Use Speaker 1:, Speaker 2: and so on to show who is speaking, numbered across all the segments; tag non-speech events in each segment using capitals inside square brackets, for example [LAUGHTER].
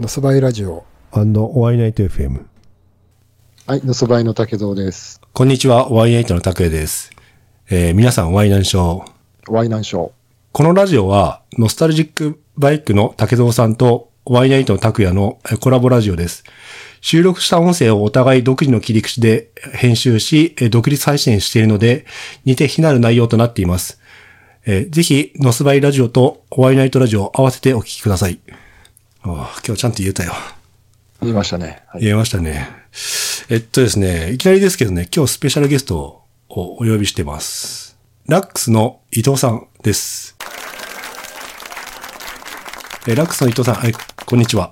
Speaker 1: のそばいラジオ。
Speaker 2: ワイナイト FM。
Speaker 3: はい、のそばいの竹蔵です。
Speaker 4: こんにちは、ワイナイトの拓也です。えー皆さん、ワイナンショー。
Speaker 3: ワイナンショー。
Speaker 4: このラジオは、ノスタルジックバイクの竹蔵さんと、ワイナイトの拓也のえーコラボラジオです。収録した音声をお互い独自の切り口で編集し、えー独立配信しているので、似て非なる内容となっています。えーぜひ、ノスバイラジオとワイナイトラジオを合わせてお聞きください。ああ、今日ちゃんと言えたよ。
Speaker 3: 言いましたね。はい。
Speaker 4: 言えましたね。えっとですね、いきなりですけどね、今日スペシャルゲストをお呼びしてます。ラックスの伊藤さんです。えラックスの伊藤さん、はい、こんにちは。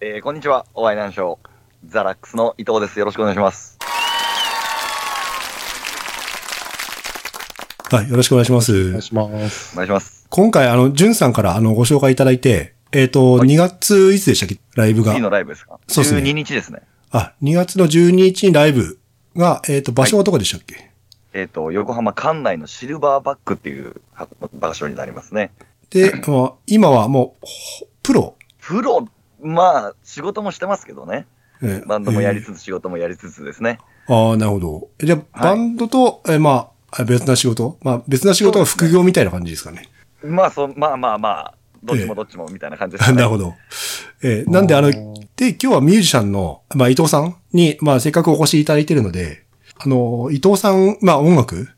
Speaker 5: えー、こんにちは、お会いなんしょう。ザラックスの伊藤です。よろしくお願いします。
Speaker 4: はい、よろしくお願いしま
Speaker 3: お願
Speaker 4: す
Speaker 3: い。します。
Speaker 5: お願いします。
Speaker 4: 今回、あの、ジュンさんからあの、ご紹介いただいて、えっ、と、2月いつでしたっけライブが
Speaker 5: 次。のライブですか
Speaker 4: そうですね
Speaker 5: 12日ですね。
Speaker 4: あ、2月の12日にライブが、えっ、と、場所はどこでしたっけ、
Speaker 5: えっ、と、横浜館内のシルバーバックっていう場所になりますね。
Speaker 4: で、まあ今はもう、ほプロ、
Speaker 5: プロ、まあ、仕事もしてますけどね。
Speaker 4: えー
Speaker 5: バンドもやりつつ、仕事もやりつつですね。
Speaker 4: ああ、なるほど。えじゃあ、
Speaker 5: はい
Speaker 4: バンドと、えまあ、あ別な仕事まあ、別な仕事が副業みたいな感じですかね。
Speaker 5: まあ、そ、まあまあまあ、どっちもどっちもみたいな感じですね。
Speaker 4: [LAUGHS] なるほど。えーなんで、あの、で、今日はミュージシャンの、まあ、伊藤さんに、まあ、せっかくお越しいただいてるので、あの、伊藤さん、まあ、音楽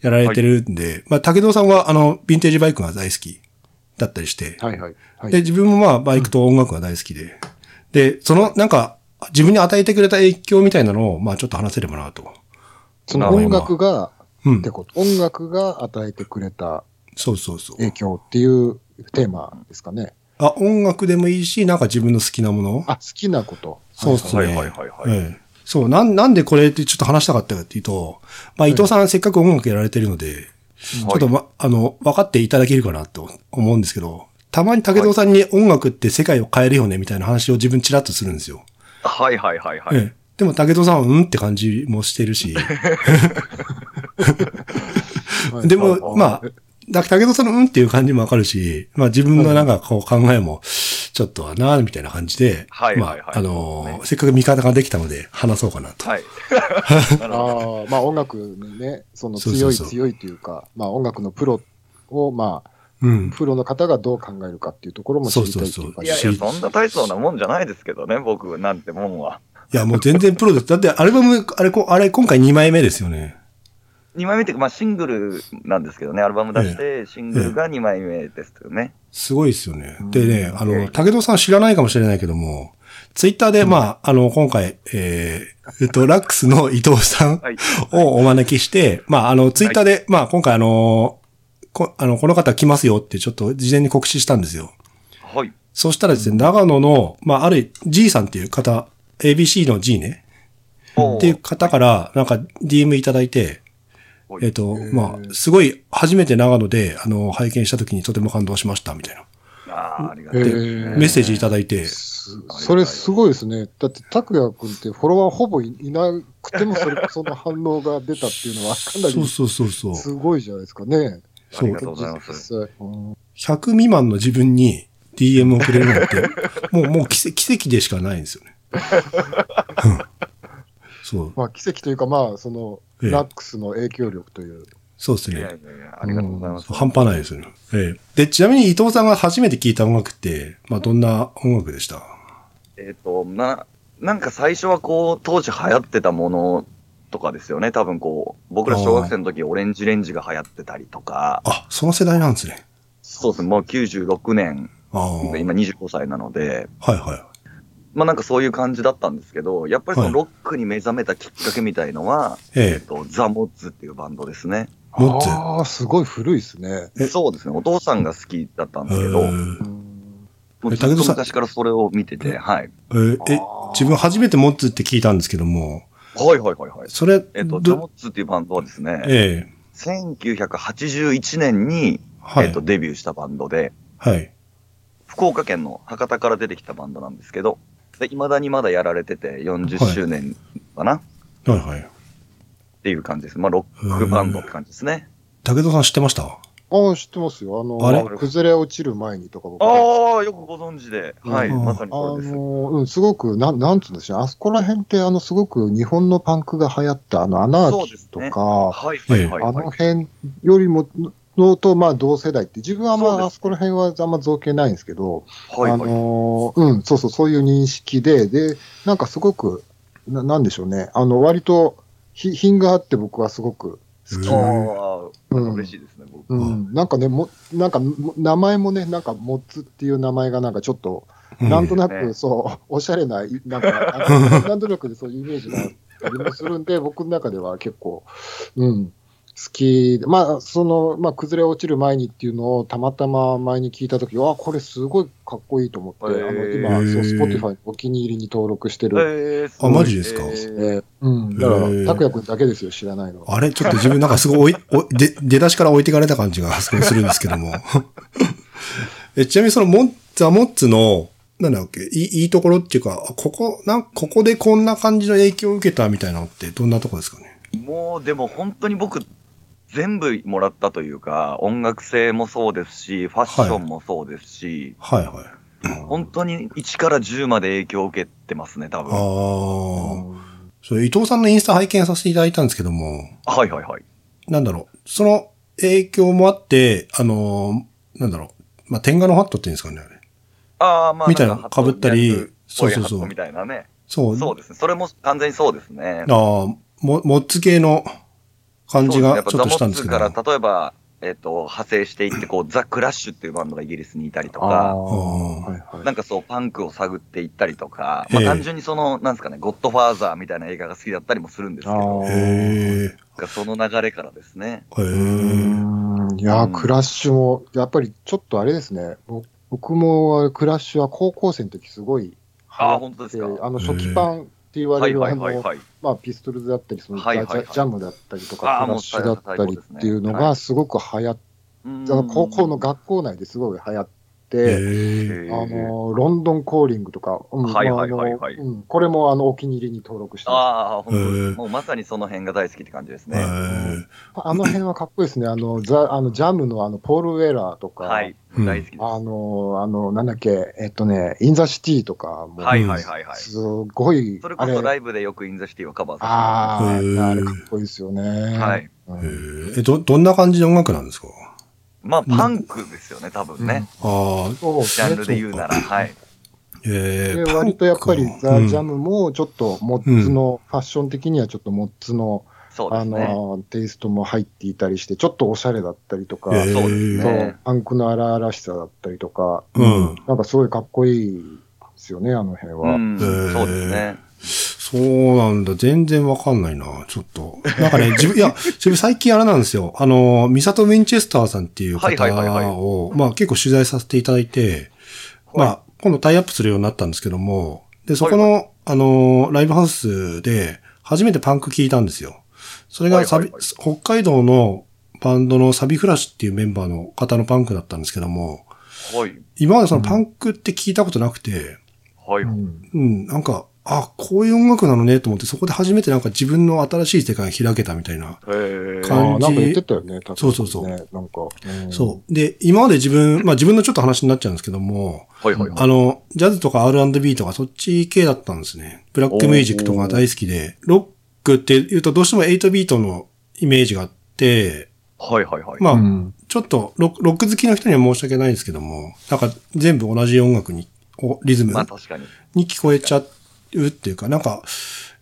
Speaker 4: やられてるんで、まあ、竹堂さんは、あの、ヴィンテージバイクが大好きだったりして、
Speaker 3: はいはい。は
Speaker 4: で、
Speaker 3: い。
Speaker 4: 自分もまあ、バイクと音楽が大好きで、で、その、なんか、自分に与えてくれた影響みたいなのを、まあ、ちょっと話せればなと。
Speaker 3: その音楽が、
Speaker 4: う
Speaker 3: っ
Speaker 4: ん
Speaker 3: て。こと、音楽が与えてくれた
Speaker 4: そうそうそう。
Speaker 3: 影響っていうテーマですかね。
Speaker 4: あ、音楽でもいいし、なんか自分の好きなもの。
Speaker 3: あ、好きなこと。
Speaker 4: そうっ
Speaker 3: はい
Speaker 4: すね。
Speaker 5: はいはいはいはい
Speaker 4: ええそう、なん、なんでこれってちょっと話したかったかっていうと、まあ伊藤さん、せっかく音楽やられてるので、ちょっとま、あの、分かっていただけるかなと思うんですけど、たまに武藤さんに音楽って世界を変えるよねみたいな話を自分チラッとするんですよ。
Speaker 5: はいはいはいはい。
Speaker 4: ええでも武藤さんはうんって感じもしてる
Speaker 5: [LAUGHS]
Speaker 4: し、
Speaker 3: はい
Speaker 4: でも、まあ、だ武藤さんのうんっていう感じもわかるし、まあ自分のなんかこう考えも、ちょっとはな、みたいな感じで、
Speaker 5: はいはいはい
Speaker 4: まあ、あのーせっかく味方ができたので話そうかなと。 [LAUGHS]
Speaker 5: はい。 [LAUGHS] なるほど
Speaker 3: あーまあ音楽にね、その
Speaker 4: そうそ
Speaker 3: 強
Speaker 4: う
Speaker 3: い
Speaker 4: そう
Speaker 3: 強いというか、まあ音楽のプロを、まあ、
Speaker 4: うん。
Speaker 3: プロの方がどう考えるかっていうところも知りたいって
Speaker 4: そ
Speaker 3: いう
Speaker 4: そううそう
Speaker 3: か
Speaker 5: いやい
Speaker 4: し
Speaker 5: や、そんな大層なもんじゃないですけどね、僕なんてもんは。
Speaker 4: いや、もう全然プロです。だってアルバム、あれ、こあれ今回2枚目ですよね。
Speaker 5: 2枚目っていうか、まあシングルなんですけどね、アルバム出して、シングルが2枚目ですよね。
Speaker 4: すごいですよね。でね、あ
Speaker 5: ええ
Speaker 4: の、武藤さん知らないかもしれないけども、ツイッターで、まあ、あの、今回、えーえっと、ラックスの伊藤さん
Speaker 5: はい。
Speaker 4: をお招きして、まあ、あの、ツイッターで、まあ、今回あの、こあの、この方来ますよってちょっと事前に告知したんですよ。
Speaker 5: はい。
Speaker 4: そしたらですね、長野の、まあ、ある G さんっていう方、ABC の G ね、
Speaker 5: お
Speaker 4: っていう方から、なんか DM いただいて、
Speaker 5: はい
Speaker 4: えっ、と、まあ、すごい、初めて長野で、あの、拝見した時にとても感動しました、みたいな。
Speaker 5: ああ、ありが
Speaker 3: へ
Speaker 5: とう。
Speaker 3: ー
Speaker 4: メッセージいただいて、
Speaker 3: すそれすごいですね。だって、拓也君ってフォロワーほぼいいなくても、それ、その反応が出たっていうのは、かな
Speaker 4: そう
Speaker 3: り
Speaker 4: そうそうそう。
Speaker 3: すごいじゃないですかね。
Speaker 5: ありがとうございます。
Speaker 3: 実際うん
Speaker 4: 100未満の自分に DM をくれるなんて、 [LAUGHS] もう、もう奇跡奇跡でしかないんですよね。うんそう、
Speaker 3: まあ、奇跡というか、まあ、その、
Speaker 4: ええ
Speaker 3: ラックスの影響力という。
Speaker 4: そうです
Speaker 5: いやいや
Speaker 4: ね。
Speaker 5: いや、ありがとうございます。
Speaker 4: 半端ないですよね。ええで、ちなみに伊藤さんが初めて聴いた音楽って、まあ、どんな音楽でした
Speaker 5: えっ、と、な、なんか最初はこう、当時流行ってたものとかですよね。多分こう、僕ら小学生の時、オレンジレンジが流行ってたりとか、
Speaker 4: あ、その世代なんですね。
Speaker 5: そうですね、もう96年、
Speaker 4: ああ。はい
Speaker 5: 今25歳なので、
Speaker 4: はい。
Speaker 5: まあなんかそういう感じだったんですけど、やっぱりそ
Speaker 4: はい
Speaker 5: のロックに目覚めたきっかけみたいのは、え
Speaker 4: え
Speaker 5: っと、ザ・モッズっていうバンドですね。
Speaker 4: モッツ
Speaker 3: ああ、すごい古いですね。
Speaker 4: え
Speaker 5: そうですね、お父さんが好きだったん
Speaker 4: え。
Speaker 5: ですけど、
Speaker 3: うん
Speaker 5: もうず
Speaker 4: え
Speaker 5: っ
Speaker 4: 武
Speaker 5: と
Speaker 4: 田さん
Speaker 5: 昔からそれを見てて、はい。
Speaker 4: えーえ、自分初めてモッツって聞いたんですけども、
Speaker 5: はいはいはいはい。
Speaker 4: それ、
Speaker 5: えっと、ザ・
Speaker 4: ど
Speaker 5: モッズっていうバンドはですね、
Speaker 4: ええ
Speaker 5: 1981年に、
Speaker 4: はい、
Speaker 5: えっと、デビューしたバンドで、
Speaker 4: はい。
Speaker 5: 福岡県の博多から出てきたバンドなんですけど、いまだにまだやられてて、40周年かな、っ
Speaker 4: はいはい。
Speaker 5: ていう感じです。まあ、ロックバンドって感じですね。
Speaker 4: 武田さん知ってました
Speaker 3: ああ、知ってますよ。あの、
Speaker 4: あ
Speaker 5: れ
Speaker 3: 崩れ落ちる前にとか僕
Speaker 5: ああ、よくご存知で。はい、
Speaker 4: うん
Speaker 5: まさに
Speaker 3: あ
Speaker 5: そうです。
Speaker 3: の、うん、すごく、なん、なんつうんでしょう。あそこら辺って、あの、すごく日本のパンクが流行った、あの、アナーキーとか、
Speaker 5: はい、はい、はい。
Speaker 3: あ
Speaker 5: はい
Speaker 3: の辺よりも、のと、まあ、同世代って、自分はあん
Speaker 5: そうで
Speaker 3: ますあそこら辺はあんま造形ないんですけど、
Speaker 5: はい、
Speaker 3: あのーうん、そうそう、そういう認識で、で、なんかすごく、ななんでしょうね、あの、割とひ、品があって僕はすごく、
Speaker 5: あ
Speaker 4: うん
Speaker 5: ー
Speaker 3: うん
Speaker 5: 嬉しいですね、僕。
Speaker 3: うん、なんかね、も、なんか、も名前もね、なんか、モッツっていう名前がなんかちょっと、
Speaker 4: うん
Speaker 3: なんとな
Speaker 5: ね
Speaker 3: く、そう、おしゃれな、いなん
Speaker 4: [LAUGHS]
Speaker 3: か、あのなんとなくそういうイメージがありもするんで、僕の中では結構、うん、好きで、まあ、その、まあ、崩れ落ちる前にっていうのを、たまたま前に聞いたとき、わあ、これすごいかっこいいと思って、あ
Speaker 5: へー
Speaker 3: の、今、そう、
Speaker 4: へ
Speaker 3: ス
Speaker 4: ー
Speaker 3: ポティファイお気に入りに登録してる。
Speaker 5: えーす
Speaker 4: あ
Speaker 5: ごい
Speaker 4: マジですか
Speaker 5: え
Speaker 3: え
Speaker 5: ー
Speaker 3: ーうん、だか
Speaker 4: へー
Speaker 3: ら、拓也くんだけですよ、知らないのは。
Speaker 4: あれちょっと自分なんかすごいおい、おい、で、出だしから置いてかれた感じがすごいするんですけども。 [LAUGHS] えちなみにそのモッ、ザモッツの、なんだっけ、いいいいところっていうか、ここ、なん、ここでこんな感じの影響を受けたみたいなのってどんなとこですかね。
Speaker 5: もう、でも本当に僕、全部もらったというか、音楽性もそうですし、ファッションもそうですし、
Speaker 4: はいはい。
Speaker 5: 本当に1から10まで影響を受けてますね、多
Speaker 4: あ
Speaker 5: 分。は
Speaker 4: あ。それ伊藤さんのインスタ拝見させていただいたんですけども、
Speaker 5: いはいはい。
Speaker 4: なんだろう、その影響もあって、あのーなんだろう、まあ、天下のハットっていうんですかね、あれ。
Speaker 5: ああ、まあ。
Speaker 4: みたいな
Speaker 5: んハット
Speaker 4: 被ったり
Speaker 5: ギャングっぽい
Speaker 4: そうそうそう
Speaker 5: ハットみたいなね。
Speaker 4: そう。
Speaker 5: そうですね。それも完全にそうですね。
Speaker 4: ああ、も、もっつ系の感じがちょっとしたんですけど。
Speaker 5: そうねやっぱザモッツから、例えば、えっ、と、派生していって、こう、ザ・クラッシュっていうバンドがイギリスにいたりと
Speaker 3: あー
Speaker 5: か、
Speaker 4: あ
Speaker 3: はいはい
Speaker 5: なんかそう、パンクを探っていったりとか、まあ
Speaker 4: ええ
Speaker 5: 単純にその、なんですかね、ゴッドファーザーみたいな映画が好きだったりもするんですけど、
Speaker 3: あ
Speaker 4: へ
Speaker 3: ー
Speaker 4: え。
Speaker 5: なんかその流れからですね。
Speaker 4: へえ。
Speaker 3: うんいやー、
Speaker 5: うん
Speaker 3: クラッシュも、やっぱりちょっとあれですね、ぼ僕もクラッシュは高校生の時すごい流
Speaker 5: あ
Speaker 3: 行
Speaker 5: あ、本当で
Speaker 3: っ
Speaker 5: す
Speaker 3: て、
Speaker 5: か。
Speaker 3: あの初期版って言わ
Speaker 5: は
Speaker 3: れ
Speaker 5: い
Speaker 3: る、
Speaker 5: は
Speaker 3: あ
Speaker 5: いはい
Speaker 3: の
Speaker 5: はい。
Speaker 3: まあ、ピストルズだったりそのジ
Speaker 5: はいはい
Speaker 3: ャ、
Speaker 5: はい
Speaker 3: ジャムだったりとか、
Speaker 5: あー
Speaker 3: クラッシュだったりっていうの
Speaker 5: も
Speaker 3: が、すごく流行っ
Speaker 5: う
Speaker 3: あ
Speaker 5: ん
Speaker 3: の高校の学校内ですごい流行って、
Speaker 4: へえ。
Speaker 5: へえ
Speaker 3: あのロンドンコーリングとか、うん
Speaker 5: はいはいはいはい
Speaker 3: まああのうんこれもあのお気に入りに登録してます
Speaker 5: ああ、本当
Speaker 4: へ
Speaker 5: で
Speaker 4: え
Speaker 5: す。もうまさにその辺が大好きって感じです
Speaker 4: へ
Speaker 5: ね。
Speaker 4: え。
Speaker 3: あの辺はかっこいいですね、あのザあのジャムのあのポール・ウェラーとか。
Speaker 5: はい、
Speaker 4: うん
Speaker 5: 大好きです。
Speaker 3: あの、あの、なんだっけ、えっとね、インザシティとかも、
Speaker 5: はいはいはいはい。
Speaker 3: すごい、
Speaker 5: それ
Speaker 3: あ
Speaker 5: こ
Speaker 3: れ
Speaker 5: そ、ライブでよくインザシティはカバーさ
Speaker 3: あ
Speaker 4: へー
Speaker 3: あ、あれかっこいいですよね。は
Speaker 5: はい。
Speaker 4: へええ、ど、どんな感じの音楽なんですか
Speaker 5: まあ、パンクですよね、多分ね。
Speaker 4: ああ、
Speaker 3: そう
Speaker 5: ジャンルで言う
Speaker 3: ね。
Speaker 5: なら。はい。
Speaker 4: ええ
Speaker 3: で、。割とやっぱり
Speaker 4: パン、ク
Speaker 3: ザ・ジャ
Speaker 4: うん
Speaker 3: ムも、ちょっと、モッツの、ファッション的にはちょっと、モッツの、
Speaker 5: そうで
Speaker 3: あ
Speaker 5: すね。
Speaker 3: の、テイストも入っていたりして、ちょっとおしゃれだったりとか、
Speaker 4: へー
Speaker 5: そうです
Speaker 3: そ
Speaker 5: ね
Speaker 3: う。パンクの荒々しさだったりとか、
Speaker 4: うん。
Speaker 3: なんかすごいかっこいいですよね、あの辺
Speaker 5: う
Speaker 3: は。
Speaker 4: へ
Speaker 5: ん、
Speaker 4: え
Speaker 5: そうですね。
Speaker 4: そうなんだ。全然わかんないな。ちょっと。なんかね、自分、いや、自分最近あれなんですよ。あの、ミサト・ウィンチェスターさんっていう方を、
Speaker 5: はいはいはいはい
Speaker 4: まあ結構取材させていただいて、
Speaker 5: は
Speaker 4: ま
Speaker 5: い
Speaker 4: あ今度タイアップするようになったんですけども、で、そこの、あの、ライブハウスで初めてパンク聞いたんですよ。それがサビ、
Speaker 5: はいはい
Speaker 4: 北海道のバンドのサビフラッシュっていうメンバーの方のパンクだったんですけども、
Speaker 5: はい。
Speaker 4: 今までそのパンクって聞いたことなくて、
Speaker 5: はい。
Speaker 3: うん
Speaker 4: うん、なんか、あ、こういう音楽なのねと思って、そこで初めてなんか自分の新しい世界が開けたみたいな。
Speaker 5: へえ。
Speaker 4: 感
Speaker 3: ああ、なんか言ってたよね、確かにね
Speaker 4: そうそうそう
Speaker 3: なんか。うん
Speaker 4: そう。で、今まで
Speaker 3: [LAUGHS]
Speaker 4: 自分、まあ自分のちょっと話になっちゃうんですけども、
Speaker 5: はいはいはい。
Speaker 4: あの、ジャズとか R&B とかそっち系だったんですね。ブラックミュージックとか大好きで、ロックって言うとどうしても8ビートのイメージがあって、
Speaker 5: はいはいはい。
Speaker 4: まあ、
Speaker 3: うん
Speaker 4: ちょっとロックロック好きの人には申し訳ないですけども、なんか全部同じ音楽に、おリズム
Speaker 5: まあ、確かに。
Speaker 4: に聞こえちゃうっていうか、なんか、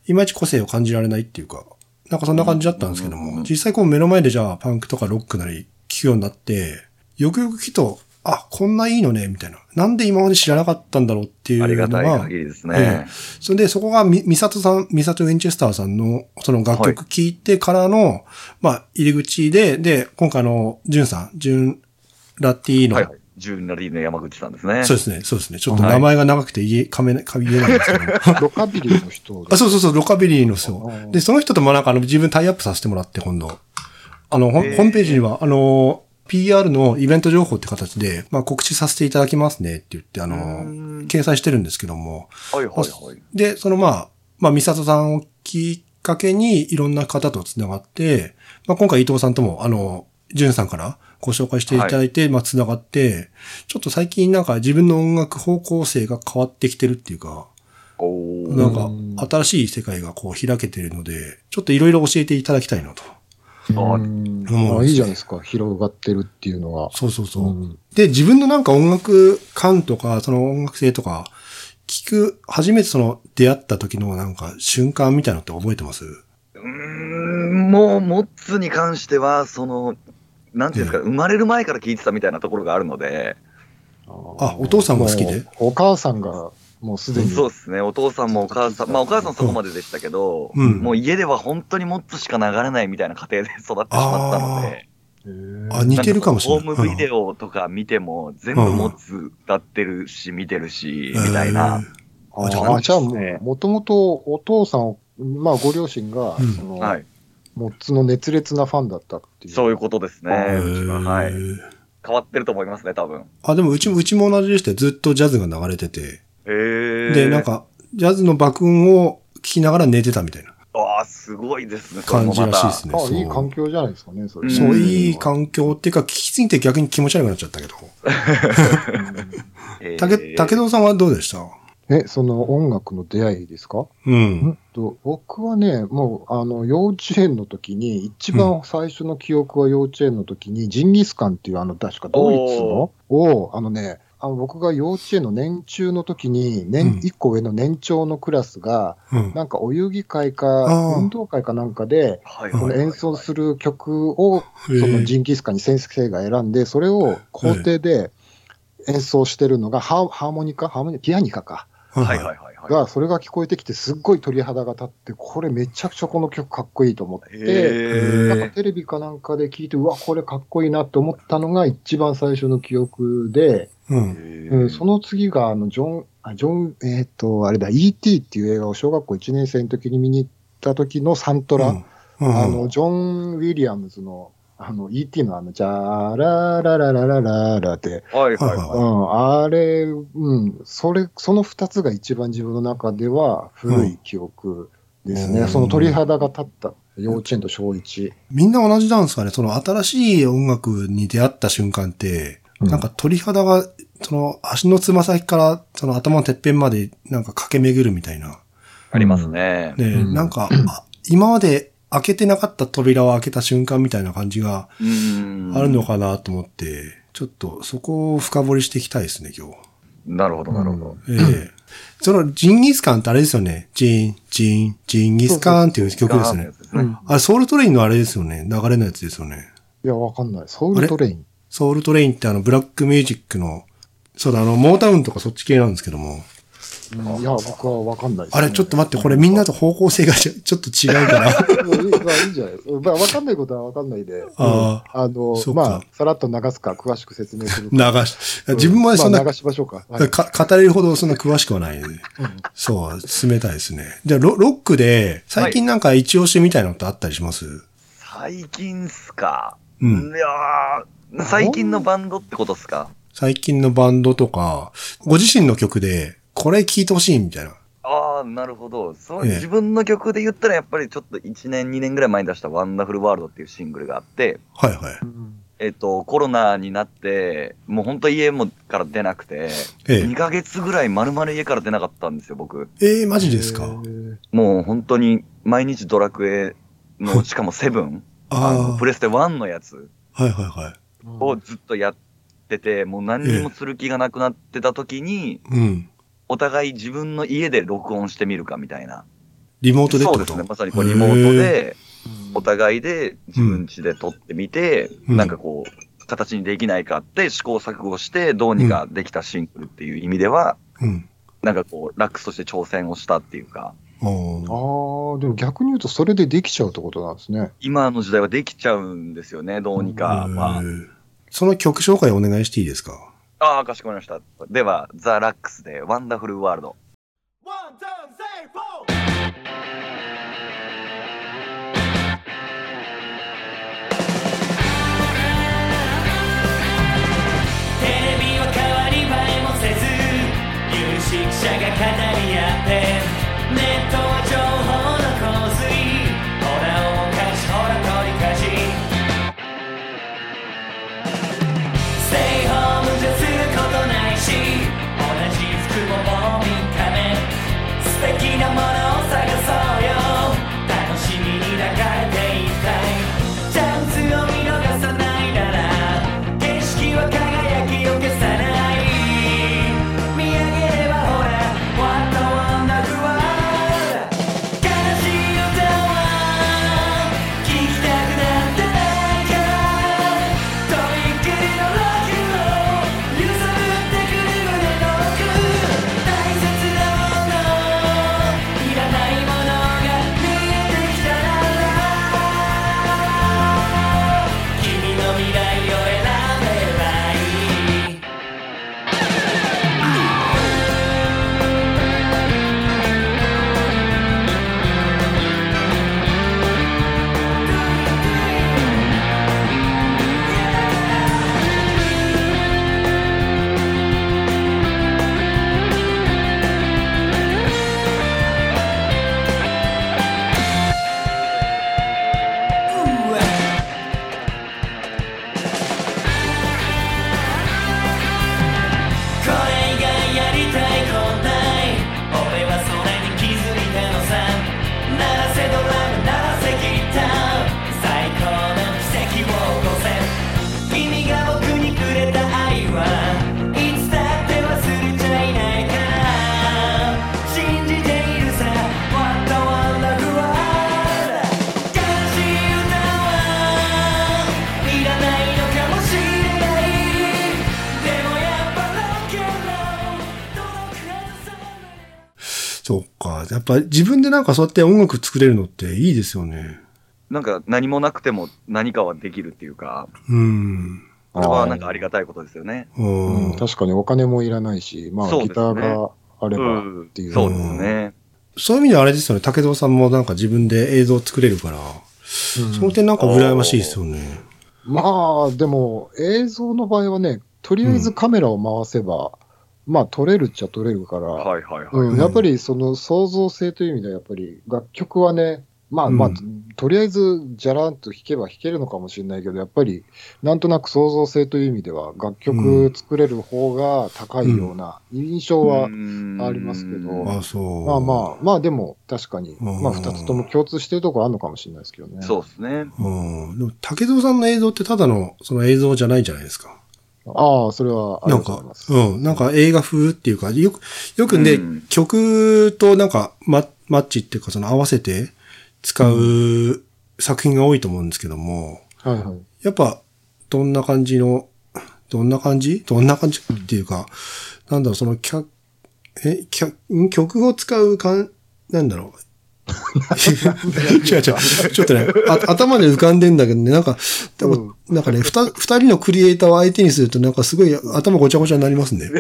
Speaker 4: いまいち個性を感じられないっていうか、なんかそんな感じだったんですけど
Speaker 5: うんうんう
Speaker 4: も、
Speaker 5: ん
Speaker 4: 実際こう目の前でじゃあパンクとかロックなり聞くようになって、よくよく聞くと、あ、こんないいのね、みたいな。なんで今まで知らなかったんだろうっていう
Speaker 5: あり
Speaker 4: の
Speaker 5: がたい
Speaker 4: が、
Speaker 5: 限りです
Speaker 4: え
Speaker 5: ね
Speaker 4: え。それでそこがみ、ミサトさん、ミサト・ウィンチェスターさんのその楽曲聴いてからの、まあ、入り口で、で、今回あの、ジュンさん、ジュン・ラティーノ
Speaker 5: はいはい。ジューナリーの山口さんですね。
Speaker 4: そうですね、そうですね。ちょっと名前が長くて言え、かめな、かみ言えないんですけど。
Speaker 3: ロカビリーの人
Speaker 4: あ、
Speaker 3: [LAUGHS] だ。
Speaker 4: そうそうそう、ロカビリーの人
Speaker 3: あ。ー
Speaker 4: で、その人ともなんかあの自分タイアップさせてもらって、今度。あの、ほん
Speaker 5: へー
Speaker 4: ホームページには、あの、PR のイベント情報って形で、まあ告知させていただきますねって言って、あ
Speaker 5: う
Speaker 4: の、
Speaker 5: ーん
Speaker 4: 掲載してるんですけども。
Speaker 5: はいはいはい。
Speaker 4: で、そのまあ、まあ、ミサトさんをきっかけにいろんな方と繋がって、まあ今回伊藤さんとも、あの、ジュンさんから、ご紹介していただいて、まあ、繋がって、ちょっと最近なんか自分の音楽方向性が変わってきてるっていうか、
Speaker 5: おー
Speaker 4: なんか新しい世界がこう開けてるので、ちょっといろいろ教えていただきたいなと。
Speaker 5: あ
Speaker 3: うん
Speaker 4: うん
Speaker 3: あいいじゃないですか、広がってるっていうのは。
Speaker 4: そうそうそう。
Speaker 3: うん
Speaker 4: で、自分のなんか音楽感とか、その音楽性とか、聞く、初めてその出会った時のなんか瞬間みたいなのって覚えてます
Speaker 5: うーんもう、モッツに関しては、その、なんていうんですか、
Speaker 4: う
Speaker 5: 生まれる前から聞いてたみたいなところがあるので、
Speaker 4: あ、お父さんも好きで
Speaker 3: もうお母さんがもうすでに。
Speaker 5: そうですね、お父さんもお母さん、まあお母さんそこまででしたけど、
Speaker 4: うん
Speaker 5: もう家では本当にモッツしか流れないみたいな家庭で育ってしまったので、
Speaker 3: へー
Speaker 4: あ、似てるかもしれない。
Speaker 5: んかホームビデ
Speaker 4: オ
Speaker 5: オとか見ても、全部モッツ歌ってるし、見てるし、みたいな。。
Speaker 3: あ
Speaker 4: あじゃ
Speaker 5: あ
Speaker 3: あじゃあも
Speaker 5: ね
Speaker 3: う、もともとお父さんを、まあ、ご両親が、
Speaker 4: うん
Speaker 3: その、
Speaker 5: はい、
Speaker 3: モッツの熱烈なファンだったっていう。
Speaker 5: そういうことですね。
Speaker 4: え
Speaker 5: うちははい。変わってると思いますね、多分。
Speaker 4: あ、でもうちも、うちも同じでしたよずっとジャズが流れてて。
Speaker 5: へー
Speaker 4: で、なん。か、ジャズの爆音を聞きながら寝てたみたいな
Speaker 5: ああ、すごいですね、それ
Speaker 4: 感
Speaker 5: も
Speaker 4: じら
Speaker 5: ま
Speaker 4: しい
Speaker 5: た。
Speaker 4: ですね。
Speaker 3: あ
Speaker 4: そう
Speaker 3: いい環境じゃないですかね、それ。
Speaker 4: そう、
Speaker 5: うん
Speaker 4: いい環境っていうか、聞きすぎて逆に気持ち悪くなっちゃったけど。
Speaker 5: えー
Speaker 4: たけ、竹堂さんはどうでした
Speaker 3: え、その音楽の出会いですか、
Speaker 4: うん。
Speaker 3: んと僕はね、もう、あの、幼稚園の時に、一番最初の記憶は幼稚園の時に、ジンギスカンっていう、あの、確かドイツのを、あのね、あの僕が幼稚園の年中の時に、
Speaker 4: うん
Speaker 3: 年、一個上の年長のクラスが、
Speaker 4: うん。
Speaker 3: なんかお遊戯会
Speaker 4: あ
Speaker 3: か、
Speaker 4: ー
Speaker 3: 運動会かなんかで、
Speaker 5: はい
Speaker 4: こ
Speaker 3: こ
Speaker 4: の
Speaker 3: の演奏する曲を、
Speaker 4: そ
Speaker 3: そのジンギスカンに先生が選んで、それを校庭で演奏してるのが、ハーハーモニカハーモニカピアニカか。
Speaker 5: はいはいはいはい。
Speaker 3: が、それが聞こえてきて、すっごい鳥肌が立って、これめちゃくちゃこの曲かっこいいと思って、
Speaker 5: へ
Speaker 3: なんか
Speaker 5: ー
Speaker 3: テレビかなんかで聞いて、うわ、これかっこいいなって思ったのが一番最初の記憶で、
Speaker 4: うん。
Speaker 3: うん、その次が、あの、ジョン、あジョン、えっ、と、あれだ、E.T. っていう映画を小学校1年生の時に見に行った時のサントラ、
Speaker 4: うん
Speaker 3: あの、ジョン・ウィリアムズの、あの、E.T. のあの、じゃらららららららって、
Speaker 5: はいはい
Speaker 3: う
Speaker 5: は
Speaker 3: ん、あれ、うん、それ、その二つが一番自分の中では古い記憶ですね。
Speaker 4: うん
Speaker 3: その鳥肌が立った幼稚園と小一。
Speaker 4: みんな同じなんですかねその新しい音楽に出会った瞬間って、
Speaker 3: うん
Speaker 4: なんか鳥肌が、その足のつま先から、その頭のてっぺんまで、なんか駆け巡るみたいな。
Speaker 5: い。ありますね。
Speaker 4: ね、
Speaker 3: うん
Speaker 4: なんか、あ今まで開けてなかった扉を開けた瞬間みたいな感じが
Speaker 5: うん
Speaker 4: あるのかなと思って、ちょっとそこを深掘りしていきたいですね、今日。
Speaker 5: なるほど、なるほど。
Speaker 4: ええそのジンギスカンってあれですよね。ジン、ジン、ジンギスカンっていう曲ですね。
Speaker 5: う
Speaker 3: うんん。
Speaker 4: あれ、ソウルトレインのあれですよね。流れのやつですよね。
Speaker 3: いや、わかんない。ソウルトレイン。
Speaker 4: ソウルトレインってあの、ブラックミュージックの、そうだ、あの、モータウンとかそっち系なんですけど
Speaker 3: う
Speaker 4: も。
Speaker 3: んいや、僕はわかんないです
Speaker 4: あ
Speaker 3: ね、
Speaker 4: れ、ちょっと待って、これみんなと方向性がちょ [LAUGHS] ちょっと違うから。
Speaker 3: うんいいまあいいじゃないですか。まあ、わかんないことはわかんないで。
Speaker 4: [LAUGHS] あ
Speaker 3: うんあの
Speaker 4: そ、うか
Speaker 3: まあ、さらっと流すか、詳しく説明するか。
Speaker 4: 流し、自分もそんな、
Speaker 3: まあ流しましょうか。はい
Speaker 4: か語れるほどそんな詳しくはない、そう、進めたいですね。じゃあロ、ロックで、最近なんか一押しみたいなのってあったりします、
Speaker 5: 最近っすか。
Speaker 4: う
Speaker 5: い
Speaker 4: ん。
Speaker 5: やー最近のバンドってことっすか。
Speaker 4: 最近のバンドとか、ご自身の曲で、これ聴いてほしいみたいな。
Speaker 5: ああ、なるほど。そう
Speaker 4: ええ
Speaker 5: 自分の曲で言ったら、やっぱりちょっと1年、2年ぐらい前に出したワンダフルワールドっていうシングルがあって、
Speaker 4: はいはい。
Speaker 3: うん
Speaker 5: えっと、コロナになって、もう本当家もから出なくて、
Speaker 4: え
Speaker 5: 2ヶ月ぐらい丸々家から出なかったんですよ、僕。
Speaker 4: え。ええマジですか、
Speaker 3: へー
Speaker 5: もう本当に毎日ドラクエの、しかもセブン、あの
Speaker 4: あ
Speaker 5: プレステ1のやつ
Speaker 4: あ。はいはいは
Speaker 5: をずっとやってて、もう何にもする気がなくなってた時に、
Speaker 4: い。うん。
Speaker 5: お互い自分の家で録音してみるかみたいな。
Speaker 4: リモートでって
Speaker 5: そ
Speaker 4: こ
Speaker 5: う
Speaker 4: と
Speaker 5: ですね、まさにこうリモートで、お
Speaker 3: うん
Speaker 5: 互いで自分家で撮ってみて、
Speaker 4: うん
Speaker 5: なんかこう、形にできないかって試行錯誤して、どうにかできたシングルっていう意味では、
Speaker 4: うん。
Speaker 5: なんかこう、ラックスとして挑戦をしたっていうか、
Speaker 4: お
Speaker 3: あ
Speaker 4: ー
Speaker 3: あ、でも逆に言うと、それでできちゃうってことなんですね。
Speaker 5: 今の時代はできちゃうんですよね、どうにか。ま
Speaker 4: ええその曲紹介お願いしていいですか
Speaker 5: あ、ああ、かしこまりました。では、ザ・ラックスで、ワンダフルワールド。
Speaker 1: テレビは変わり映えもせず有識者が語り合ってネットは情報の洪水ほらおかしほら取り返し
Speaker 4: そうか。やっぱ自分でなんかそうやって音楽作れるのっていいですよね。
Speaker 5: なんか何もなくても何かはできるっていうか、
Speaker 4: うん。
Speaker 5: これはなんかありがたいことですよね。
Speaker 4: うん。
Speaker 3: うん確かにお金もいらないし、まあ、
Speaker 5: そう
Speaker 3: ギ
Speaker 5: ですね
Speaker 3: ターがあれ
Speaker 5: う
Speaker 3: ば
Speaker 5: ん
Speaker 3: っていう。
Speaker 5: そうですね。
Speaker 4: そういう意味ではあれですよね。武蔵さんもなんか自分で映像作れるから、
Speaker 3: うん
Speaker 4: その点なんか羨ましいですよね。
Speaker 3: まあ、でも映像の場合はね、とりあえずカメラを回せば、まあ、撮れるっちゃ撮れるから、
Speaker 5: はいはいはい。
Speaker 3: うん、やっぱりその創造性という意味では、やっぱり楽曲はね、まあまあ、
Speaker 4: う
Speaker 3: とりあえずじゃらんと弾けば弾けるのかもしれないけど、やっぱりなんとなく創造性という意味では、楽曲作れる方が高いような印象は、あ
Speaker 5: あ
Speaker 3: りますけど
Speaker 4: あ、そう。
Speaker 3: まあまあ、まあでも確かに、
Speaker 4: うん
Speaker 3: まあ2つとも共通してるところあるのかもしれないですけどね。
Speaker 5: そうですね。
Speaker 4: うん。でも、武蔵さんの映像ってただの、その映像じゃないじゃないですか。
Speaker 3: ああ、それはあり
Speaker 4: な
Speaker 3: が
Speaker 4: ん
Speaker 3: とうご
Speaker 4: か
Speaker 3: ざいま、す。
Speaker 4: うん。なんか映画風っていうか、よく、よくね、
Speaker 5: うん
Speaker 4: 曲となんかマ、マッチっていうか、その合わせて使う作品が多いと思うんですけども、
Speaker 3: はいはい。
Speaker 4: やっぱ、どんな感じの、どんな感じどんな感じっていうか、なんだろう、その、客、え、客、ん曲を使うかん、なんだろう。 [LAUGHS] 違う違う。ちょっとね、あ頭で浮かんでんだけどね、なんか、多分なんかね、ふた二人のクリエイターを相手にすると、なんかすごい頭ごちゃごちゃになりますね。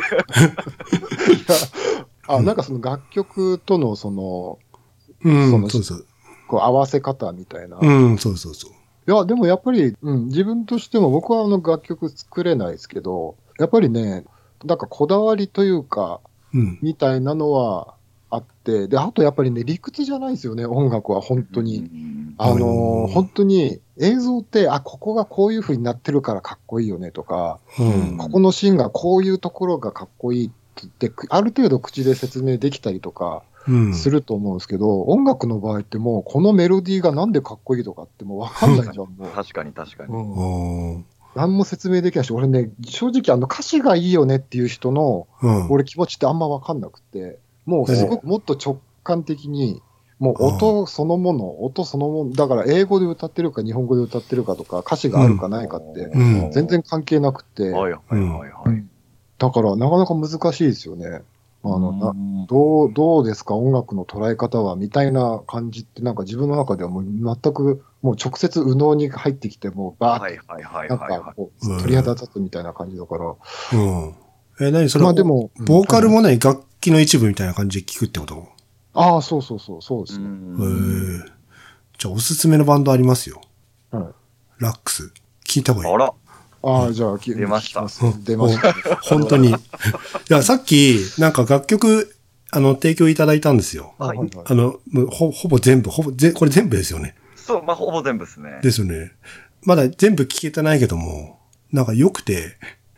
Speaker 3: あなんかその楽曲とのその、
Speaker 4: うん、
Speaker 3: [LAUGHS] そ
Speaker 4: そう
Speaker 3: そ
Speaker 4: うそううそう。
Speaker 3: こう合わせ方みたいな。
Speaker 4: うん、そうそうそう。
Speaker 3: いや、でもやっぱり、うん、自分としても僕はあの楽曲作れないですけど、やっぱりね、なんかこだわりというか、
Speaker 4: うん。
Speaker 3: みたいなのはあって、で、あとやっぱりね、理屈じゃないですよね、音楽は本当に。
Speaker 5: うん
Speaker 3: あの
Speaker 4: う
Speaker 3: ー
Speaker 4: ん
Speaker 3: 本当に映像って、あ、ここがこういう風になってるからかっこいいよねとか、
Speaker 4: うん。
Speaker 3: ここのシーンがこういうところがかっこいいって、くある程度口で説明できたりとか
Speaker 4: うん。
Speaker 3: すると思うんですけど、音楽の場合ってもうこのメロディーがなんでかっこいいとかってもうわかんないじゃん、もう。
Speaker 5: 確かに確かに。
Speaker 4: あ
Speaker 3: うん
Speaker 4: ー
Speaker 3: 何も説明できないし、俺ね、正直あの歌詞がいいよねっていう人の、
Speaker 4: うん。
Speaker 3: 俺気持ちってあんま分かんなくて、もうすごくもっと直感的に、もう音そのもの、音そのもの、だから英語で歌ってるか日本語で歌ってるかとか、歌詞があるかないかって、
Speaker 4: うん
Speaker 3: 全然関係なくて、
Speaker 5: はいはいはいはい。
Speaker 3: だからなかなか難しいですよね。あのなどうどうですか、音楽の捉え方はみたいな感じって、なんか自分の中ではもう全く、もう直接、右脳に入ってきて、もうバー
Speaker 5: は
Speaker 3: ッ
Speaker 5: いはいはい
Speaker 3: と、
Speaker 5: は
Speaker 3: なん
Speaker 5: いは
Speaker 3: か
Speaker 5: い。
Speaker 3: こう、
Speaker 4: うん
Speaker 3: 鳥肌立つみたいな感じだから、
Speaker 4: うん。え、何それ
Speaker 3: まあでも、
Speaker 4: ボーカル
Speaker 3: うん
Speaker 4: もない楽器の一部みたいな感じで聞くってこと
Speaker 3: ああ、そうそうそう、そうです
Speaker 5: う
Speaker 3: ね。
Speaker 4: へ
Speaker 5: ん
Speaker 4: え。じゃあ、おすすめのバンドありますよ。
Speaker 3: はい
Speaker 4: ラックス。聞いた方がいい
Speaker 5: あ。ら、
Speaker 3: ああ、じゃあ、き
Speaker 5: 出ました
Speaker 3: 聞きす出ました。[LAUGHS]
Speaker 4: 本当に。いや、さっき、なんか楽曲、あの、提供いただいたんですよ。
Speaker 3: はいはい
Speaker 4: あの、もうほほぼ全部、ほぼ、ぜこれ全部ですよね。
Speaker 5: そう、まあほぼ全部ですね。
Speaker 4: ですよね。まだ全部聞けてないけども、なんか良くて、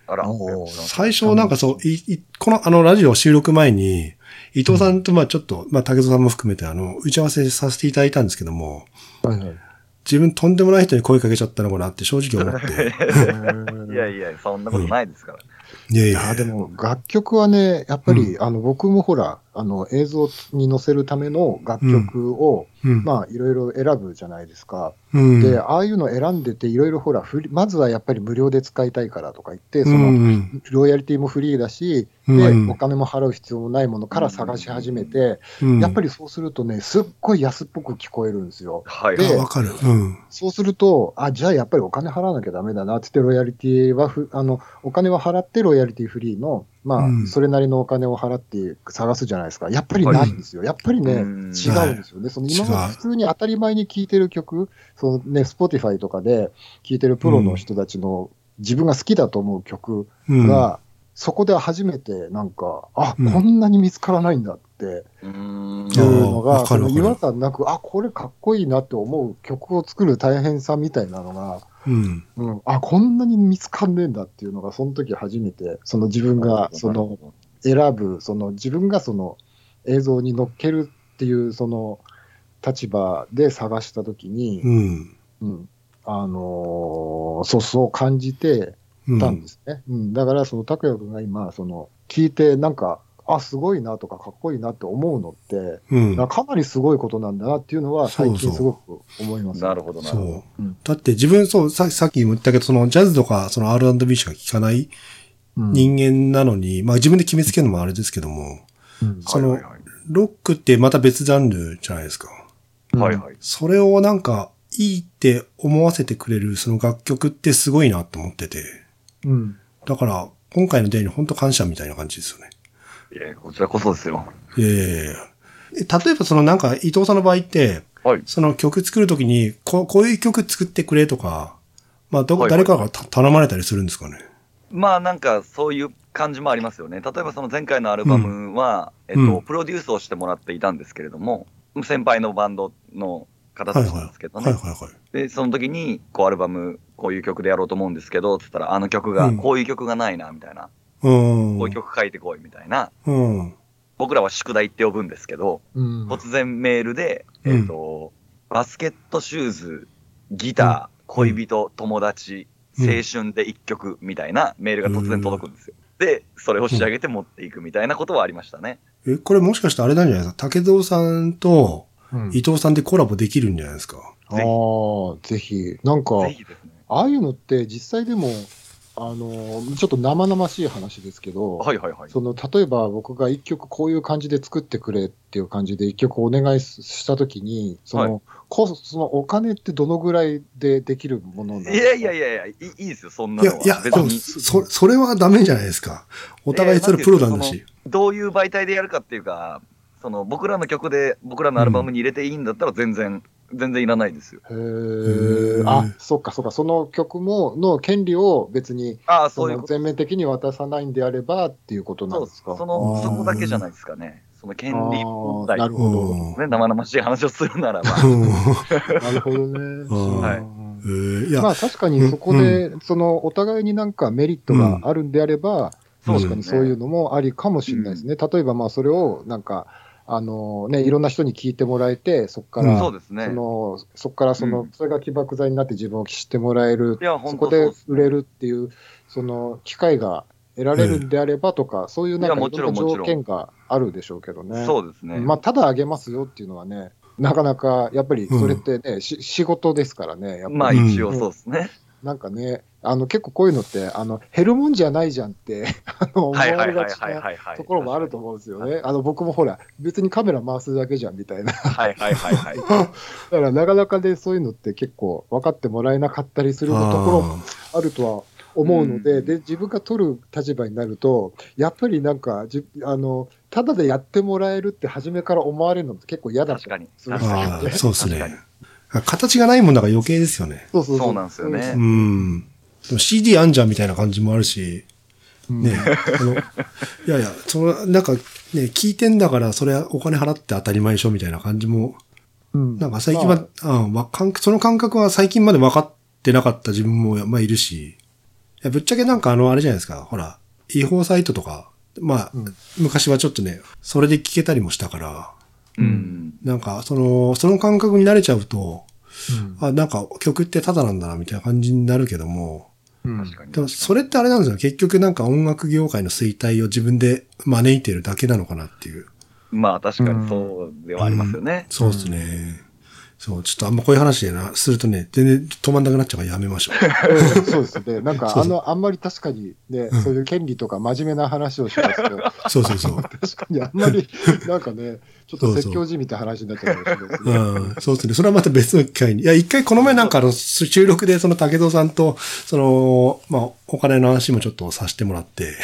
Speaker 5: あら、
Speaker 3: おー
Speaker 4: 最初なんかそう、いいこのあのラジオ収録前に、伊藤さんとまあちょっと、まあ竹蔵さんも含めてあの、打ち合わせさせていただいたんですけども、
Speaker 3: はいはい
Speaker 4: 自分とんでもない人に声かけちゃったのかなって正直
Speaker 3: [LAUGHS]
Speaker 4: 思って。
Speaker 5: [LAUGHS] いやいや、そんなことないですから。
Speaker 4: いやい
Speaker 3: い
Speaker 4: や
Speaker 3: や、でも楽曲はね、やっぱり、あの僕もほら、あの映像に載せるための楽曲を、
Speaker 4: うん。
Speaker 3: まあいろいろ選ぶじゃないですか。
Speaker 4: うん、
Speaker 3: で、ああいうの選んでて、いろいろほら振り、まずはやっぱり無料で使いたいからとか言って、その、
Speaker 4: うん
Speaker 3: ロイヤリティもフリーだし、
Speaker 4: う
Speaker 3: で、
Speaker 4: ん
Speaker 3: お金も払う必要もないものから探し始めて、
Speaker 4: うん、
Speaker 3: やっぱりそうするとね、すっごい安っぽく聞こえるんですよ。
Speaker 5: はい
Speaker 4: あ
Speaker 5: はい。
Speaker 4: わかる。うん。
Speaker 3: そうすると、あ、じゃあやっぱりお金払わなきゃダメだなって言って、ロイヤリティはふ、あの、お金は払ってロイヤリティフリーの、ま
Speaker 4: う
Speaker 3: あ、
Speaker 4: ん
Speaker 3: それなりのお金を払って探すじゃないですか。やっぱりないんですよ。やっぱりね、違
Speaker 5: う
Speaker 3: うんんですよね。その今ま
Speaker 4: 違
Speaker 3: で
Speaker 4: う
Speaker 3: 普通に当たり前に聴いてる曲、そのね、Spotify とかで聴いてるプロの人たちの自分が好きだと思う曲
Speaker 4: うん。
Speaker 3: が、そこで初めてなんか、あ、
Speaker 4: うん
Speaker 3: こんなに見つからないんだって、
Speaker 5: うーん
Speaker 3: っていうの
Speaker 4: あー
Speaker 3: が、
Speaker 4: わか
Speaker 3: そ
Speaker 4: る
Speaker 3: の
Speaker 4: わか
Speaker 3: 違
Speaker 4: る
Speaker 3: 和感なく、あ、これかっこいいなって思う曲を作る大変さみたいなのが、
Speaker 4: うん。
Speaker 3: うん、あ、こんなに見つかんねえんだっていうのが、その時初めて、その自分が、その、選ぶ、その自分がその映像に乗っけるっていう、その立場で探した時に、
Speaker 4: うん。
Speaker 3: うん、あのーそうそう感じて、
Speaker 4: うん。
Speaker 3: たんですね。うんだから、その拓也君が今、その聞いて、なんか、あすごいなとか、かっこいいなって思うのって、
Speaker 4: うん。
Speaker 3: なかなりすごいことなんだなっていうのは、
Speaker 4: そう
Speaker 3: 最
Speaker 4: そう
Speaker 3: 近すごく思います、
Speaker 5: なるほどなるほど。
Speaker 4: そう
Speaker 3: うん。
Speaker 4: だって自分、そう、ささっきも言ったけど、そのジャズとか、その R&B しか聴かない
Speaker 3: うん
Speaker 4: 人間なのに、まあ自分で決めつけるのもあれですけども、
Speaker 3: うん
Speaker 4: その
Speaker 5: はいはいはい
Speaker 4: ロックってまた別ジャンルじゃないですか。
Speaker 5: はいはい。
Speaker 4: それをなんか、いいって思わせてくれるその楽曲ってすごいなと思ってて。
Speaker 3: うん。
Speaker 4: だから、今回のデーに本当感謝みたいな感じですよね。
Speaker 5: いや、こちらこそですよ。
Speaker 4: いやいやいやえ例えばそのなんか伊藤さんの場合って、
Speaker 5: はい。
Speaker 4: その曲作るときにこう、こういう曲作ってくれとか、まあどこ、
Speaker 5: はいは
Speaker 4: 誰
Speaker 5: い
Speaker 4: かがた頼まれたりするんですかね。
Speaker 5: まあなんかそういう感じもありますよね。例えばその前回のアルバムは、
Speaker 4: うん
Speaker 5: えっ
Speaker 4: う
Speaker 5: と、
Speaker 4: ん
Speaker 5: プロデュースをしてもらっていたんですけれども、先輩のバンドの方
Speaker 4: は
Speaker 5: た
Speaker 4: い
Speaker 5: ち
Speaker 4: はい。
Speaker 5: なんですけど
Speaker 4: はい
Speaker 5: ね。
Speaker 4: はいはい。
Speaker 5: で、その時に、こうアルバム、こういう曲でやろうと思うんですけど、つったら、あの曲が、
Speaker 4: うん
Speaker 5: こういう曲がないな、みたいな。
Speaker 4: うん。
Speaker 5: こういう曲書いてこい、みたいな。
Speaker 4: うん。
Speaker 5: 僕らは宿題って呼ぶんですけど、
Speaker 3: うん。
Speaker 5: 突然メールで、
Speaker 4: うん
Speaker 5: えっと、バスケットシューズ、ギター、恋人、友達、
Speaker 4: う
Speaker 5: 青
Speaker 4: ん
Speaker 5: 春で一曲みたいなメールが突然届くんですよ。で、それを仕上げて持っていくみたいなことはありましたね。
Speaker 4: え、これもしかしてあれなんじゃないですか竹蔵さんと
Speaker 3: うん
Speaker 4: 伊藤さんでコラボできるんじゃないですか、
Speaker 3: ああ、ぜひ。なんか、
Speaker 5: ぜひですね。
Speaker 3: ああいうのって実際でも、あの、ちょっと生々しい話ですけど、
Speaker 5: はいはいはい。
Speaker 3: その例えば僕が一曲こういう感じで作ってくれっていう感じで一曲お願いしたときにその、こそのお金ってどのぐらいでできるものなん
Speaker 5: いやいや
Speaker 3: い
Speaker 5: いやいや、いいいいですよ、そんないの
Speaker 4: や
Speaker 5: は。、
Speaker 4: いや、で
Speaker 5: 別
Speaker 4: も
Speaker 5: に。
Speaker 4: そ、それはダメじゃないですか。お互いそれプロなんだし。
Speaker 5: どういう媒体でやるかっていうか、その僕らの曲で、僕らのアルバムに入れていいんだったら全然、全然いらないですよ。
Speaker 3: へ
Speaker 4: へ
Speaker 3: ー
Speaker 4: ー
Speaker 3: あそっかそっかその曲もの権利を別に
Speaker 5: ああ、そ
Speaker 3: そう
Speaker 5: いう
Speaker 3: の
Speaker 5: こと。
Speaker 3: 全面的に渡さないんであればっていうことなん
Speaker 5: そう
Speaker 3: ですか
Speaker 5: そ
Speaker 4: あ
Speaker 5: の、
Speaker 4: ー
Speaker 5: そこだけじゃないですかね。その権利
Speaker 3: あ
Speaker 5: 問
Speaker 3: ー
Speaker 5: 題。
Speaker 3: なるほど、
Speaker 4: うん
Speaker 5: ね、生々しい話をするならば。
Speaker 4: うん [LAUGHS]
Speaker 3: なるほどね
Speaker 4: あー
Speaker 5: はい
Speaker 3: うん
Speaker 4: えーいや、
Speaker 3: まあ確かにそこで、そのお互いになんかメリットがあるんであれば、
Speaker 5: うん
Speaker 3: 確かにそういうのもありかもしれないですね。例えばまあそれをなんか、あのね、いろんな人に聞いてもらえて、そこか
Speaker 4: う
Speaker 3: ら、
Speaker 4: ん
Speaker 5: そうですね
Speaker 3: そ。のそこからその、
Speaker 5: うん
Speaker 3: それが起爆剤になって自分を知ってもらえる
Speaker 5: い、や、
Speaker 3: そ
Speaker 5: 本
Speaker 3: こ
Speaker 5: 当そう
Speaker 3: で
Speaker 5: です
Speaker 3: 売れるっていう、その機会が得られるんであればとか、そういうなんか
Speaker 5: いや
Speaker 3: い
Speaker 5: もち
Speaker 3: ろん
Speaker 5: ろん
Speaker 3: な
Speaker 5: もち
Speaker 3: 条
Speaker 5: ろん
Speaker 3: 件があるでしょうけどね。
Speaker 5: そうですね。
Speaker 3: まあ、ただあげますよっていうのはね、なかなかやっぱりそれってね、し仕事ですからね、やっぱり
Speaker 5: まあ、一応そうですね。
Speaker 3: なんかね、あの結構こういうのって、あの減るもんじゃないじゃんって、 [LAUGHS] あの思わ
Speaker 5: はいはい
Speaker 3: れ
Speaker 5: は
Speaker 3: が
Speaker 5: い
Speaker 3: ち
Speaker 5: はい
Speaker 3: な
Speaker 5: はいはい。
Speaker 3: ところもあると
Speaker 5: 思
Speaker 3: 思うんですよね。あの僕もほら、別にカメラ回すだけじゃんみたいな。だ [LAUGHS]
Speaker 5: う。はいはいはいはい。
Speaker 3: からなかなかでそういうのって結構分かってもらえなかったりすると
Speaker 4: あー
Speaker 3: ころもあるとは思うので、
Speaker 5: うん
Speaker 3: で自分が取る立場になると、やっぱりなんかじあの、ただでやってもらえるって初めから思われるのって結構 [LAUGHS] 嫌だった
Speaker 5: 確かに。
Speaker 3: そうですね
Speaker 4: あーそうです
Speaker 5: 確
Speaker 4: ね。形がないもんだから余計ですよね。
Speaker 3: そうそ
Speaker 5: そうなんですよね
Speaker 4: うん。でも CD あんじゃんみたいな感じもあるし、
Speaker 3: うん [LAUGHS]
Speaker 4: ね。あの、いやいや、その、なんかね、聞いてんだから、それはお金払って当たり前でしょみたいな感じも、
Speaker 3: うん
Speaker 4: なんか最近は、
Speaker 3: ま
Speaker 4: うんわかん、その感覚は最近まで分かってなかった自分も、まあいるし、いやぶっちゃけなんかあの、あれじゃないですか、ほら、違法サイトとか、まあ、
Speaker 3: うん
Speaker 4: 昔はちょっとね、それで聞けたりもしたから、
Speaker 5: うん。
Speaker 4: なんか、その、その感覚に慣れちゃうと、
Speaker 3: あ
Speaker 4: あ、なんか曲ってただなんだな、みたいな感じになるけども、
Speaker 3: うん
Speaker 5: 確かに。
Speaker 4: でもそれってあれなんですよ。結局なんか音楽業界の衰退を自分で招いてるだけなのかなっていう。
Speaker 5: まあ、確かにそうではありますよね。
Speaker 4: そうですね。そう、ちょっとあんまこういう話でな、するとね、全然止まんなくなっちゃうからやめましょ
Speaker 3: [LAUGHS]
Speaker 4: う。
Speaker 3: うんそうですね。なんか、
Speaker 4: [LAUGHS] そ
Speaker 3: あ
Speaker 4: うそう
Speaker 3: の、あんまり確かにね、そういう権利とか真面目な話をします
Speaker 4: [LAUGHS]
Speaker 3: けど、確
Speaker 4: そうそうそう。
Speaker 3: かにあんまり、なんかね、ちょっ
Speaker 4: そう
Speaker 3: と
Speaker 4: そう
Speaker 3: 説教じみた話になっちゃうかもしれないですね。
Speaker 4: うん、そうですね。それはまた別の機会に。いや、一回この前なんかあの、収録でその竹蔵さんと、その、まあ、お金の話もちょっとさせてもらって、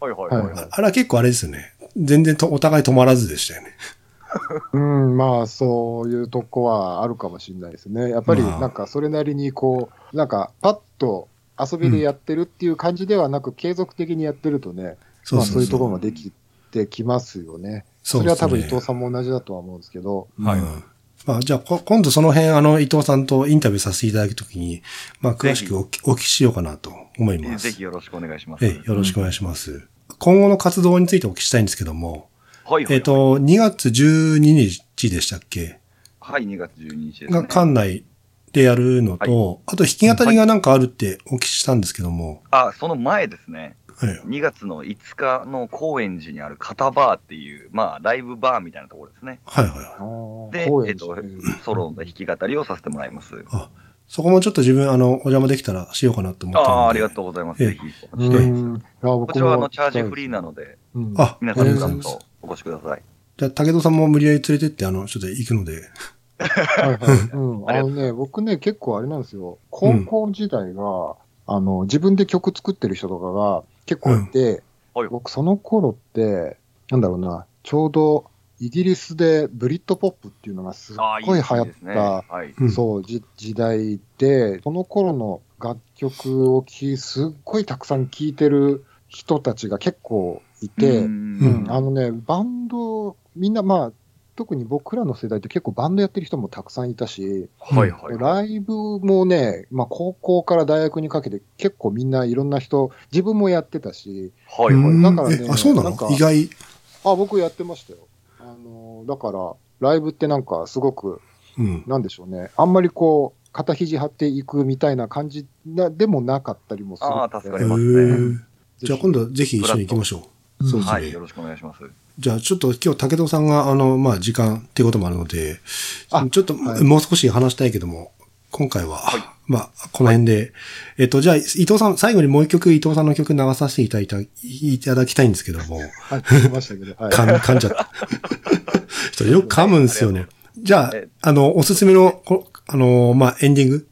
Speaker 5: はいはいはいはい。
Speaker 4: あれは結構あれですよね。全然とお互い止まらずでしたよね。
Speaker 3: うん、まあ、そういうとこはあるかもしれないですね。やっぱり、
Speaker 4: まあ
Speaker 3: なんか、それなりに、こう、なんか、パッと遊びでやってるっていう感じではなく、継続的にやってるとね、
Speaker 4: そ
Speaker 3: ま
Speaker 4: う
Speaker 3: あ
Speaker 4: そ
Speaker 3: そうういう
Speaker 4: そ
Speaker 3: うところもできてきますよね。
Speaker 4: そう
Speaker 3: そ
Speaker 4: で
Speaker 3: れ
Speaker 4: すね
Speaker 3: は多分伊藤さんも同じだとは思うんですけど、
Speaker 5: はい
Speaker 4: うんまあ、じゃあ、こ今度その辺、あの、伊藤さんとインタビューさせていただくときに、まあ、詳しくおきお聞きしようかなと思います。
Speaker 5: ぜひよろしくお願いします。
Speaker 4: ええよろしくお願いします。今後の活動についてお聞きしたいんですけども、
Speaker 5: はいはい。
Speaker 4: えっ、、と、2月12日でしたっけ
Speaker 5: はい、2月12日です
Speaker 4: が
Speaker 5: ね。
Speaker 4: 館内でやるのと、あと弾き語りがなんかあるってお聞きしたんですけども、
Speaker 5: あ、その前ですね。
Speaker 4: はい。
Speaker 5: 2月の5日の高円寺にある片バーっていう、まあ、ライブバーみたいなところですね。
Speaker 4: はいはいはい。
Speaker 5: で
Speaker 3: 高、
Speaker 5: えっ
Speaker 3: 円寺
Speaker 5: と
Speaker 3: ね、
Speaker 5: ソロの弾き語りをさせてもらいます。
Speaker 4: あ、そこもちょっと自分、あの、お邪魔できたらしようかなと思っ
Speaker 5: あ
Speaker 4: てるんで。
Speaker 5: あ、ありがとうございます。
Speaker 4: ええ
Speaker 5: ぜ
Speaker 3: う
Speaker 5: ひ。
Speaker 3: ん、あ僕も
Speaker 5: こちらはあのチャージフリーなので、
Speaker 3: うん
Speaker 4: あ
Speaker 5: 皆さん
Speaker 4: あり
Speaker 5: も
Speaker 4: がと
Speaker 5: ちゃ
Speaker 4: うござい
Speaker 5: ん
Speaker 4: ます
Speaker 5: とお越しください。
Speaker 4: じゃあ、武藤さんも無理やり連れてって、あの、ちょっと行くので。 [LAUGHS]
Speaker 3: はいはい。うん。あのね、僕ね、結構あれなんですよ。高校時代が、あの、自分で曲作ってる人とかが結構いて、
Speaker 5: うんはい
Speaker 3: 僕その頃って、なんだろうな、ちょうどイギリスでブリッドポップっていうのがすっ
Speaker 5: ああ、
Speaker 3: ごい流
Speaker 5: い
Speaker 3: 行
Speaker 5: い
Speaker 3: っ
Speaker 5: ですね。
Speaker 3: た、
Speaker 5: はい。
Speaker 4: うん
Speaker 3: そう、じ時代で、その頃の楽曲を聴すっごいたくさん聴いてる人たちが結構いて、
Speaker 5: うん
Speaker 3: あのね、バンド、みんな、まあ、特に僕らの世代って結構バンドやってる人もたくさんいたし、
Speaker 5: はいはい。
Speaker 3: ライブもね、まあ、高校から大学にかけて結構みんないろんな人、自分もやってたし、
Speaker 5: はいうは
Speaker 4: ん
Speaker 5: い。
Speaker 3: だからね
Speaker 4: えあ、そうな
Speaker 3: なん
Speaker 4: の
Speaker 3: か
Speaker 4: 意外。
Speaker 3: あ、僕やってましたよ。あの、だから、ライブってなんかすごく、
Speaker 4: うん。
Speaker 3: なんでしょうね、あんまりこう、肩肘張っていくみたいな感じなでもなかったりもするので。
Speaker 5: あー助か
Speaker 4: へ
Speaker 5: りますね
Speaker 4: ーじゃあ今度ぜひ一緒に行きましょう。
Speaker 3: うん
Speaker 4: そうですね。
Speaker 5: はい。よろしくお願いします。
Speaker 4: じゃあちょっと今日武藤さんが、あの、まあ時間っていうこともあるので、
Speaker 3: あ
Speaker 4: ちょっと
Speaker 3: はい
Speaker 4: もう少し話したいけども、今回は、
Speaker 5: はい
Speaker 4: まあこの辺で、えっと、じゃあ伊藤さん、最後にもう一曲伊藤さんの曲流させていただいたいただきたいんですけども、
Speaker 3: はい、聞きましたけど。
Speaker 5: [LAUGHS]
Speaker 3: はい。
Speaker 4: 噛ん噛んじゃ [LAUGHS] った。ちょっとよく噛むんですよね。じゃあ
Speaker 5: え、
Speaker 4: あの、おすすめの、こあの、まあエンディング、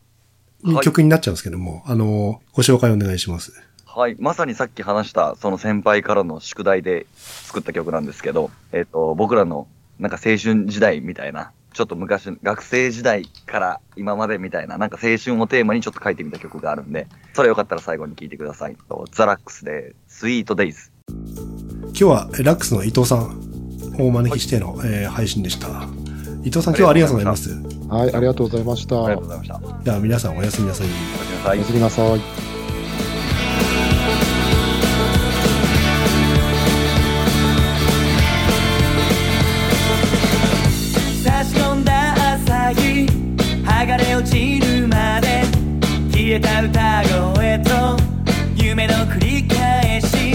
Speaker 5: はい
Speaker 4: 曲になっちゃうんですけども、あの、ご紹介お願いします。
Speaker 5: はい。まさにさっき話した、その先輩からの宿題で作った曲なんですけど、えっ、と、僕らの、なんか青春時代みたいな、ちょっと昔、学生時代から今までみたいな、なんか青春をテーマにちょっと書いてみた曲があるんで、それよかったら最後に聴いてください。とザラックスで、スイートデイズ。
Speaker 4: 今日はラックスの伊藤さんをお招きしての、えー配信でした。伊藤さん、今日はありがとうございます。
Speaker 3: はい、ありがとうございました。
Speaker 5: ありがとう
Speaker 3: お
Speaker 5: ございました。おや
Speaker 4: では皆さんおやすみなさい。
Speaker 5: すみなさい
Speaker 3: や。すみなさい。
Speaker 1: 差し込んだ朝日剥がれ落ちるまで消えた歌声と夢の繰り返し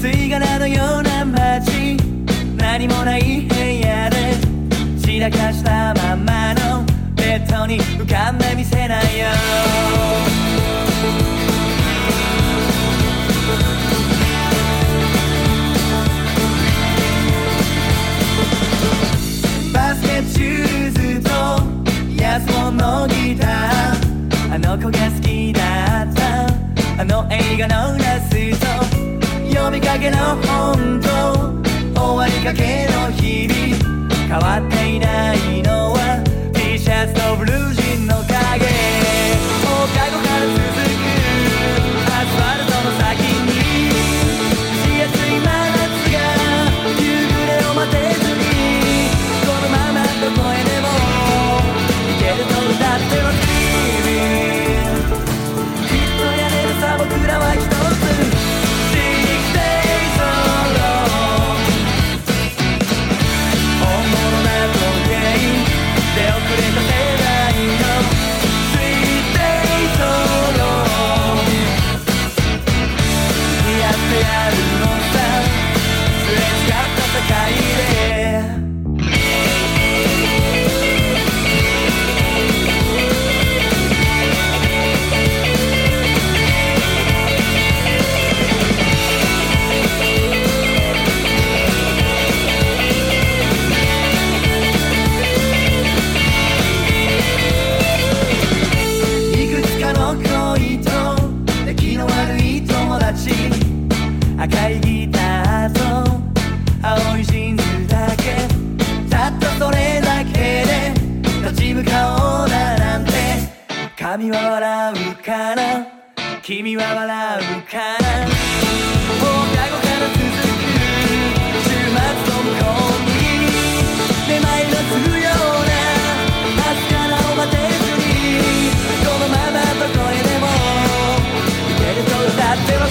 Speaker 1: 吸い殻のような街何もない部屋で散らかしたままのベッドに浮かんでみせないよバスケットシューズと安物のギターあの子が好きだったあの映画のラスト呼びかけの本と終わりかけの日々変わっていないのは T シャツとブルージンの影放課後から続くアスファルトの先に蒸し暑い真夏が夕暮れを待てずにこのままどこへでも行けると歌っては Dreaming きっとやれるさ僕らは一つ Six days alone 本物な光景出遅れた世代の Six days alone やってやるのさすれ違った世界でいくつかの恋と出来の悪い友達赤いギターと青いジーンズだけたったそれだけで立ち向かおうだなんて髪は笑うかな君は笑うかな放課後から続く週末の向こうにめまいのするような明日からを待てずにこのままどこへでも行けると歌っては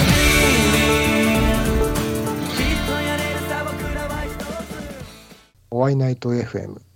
Speaker 1: Dreaming きっとやれるさ僕らは一つ
Speaker 3: お会いナイト FM。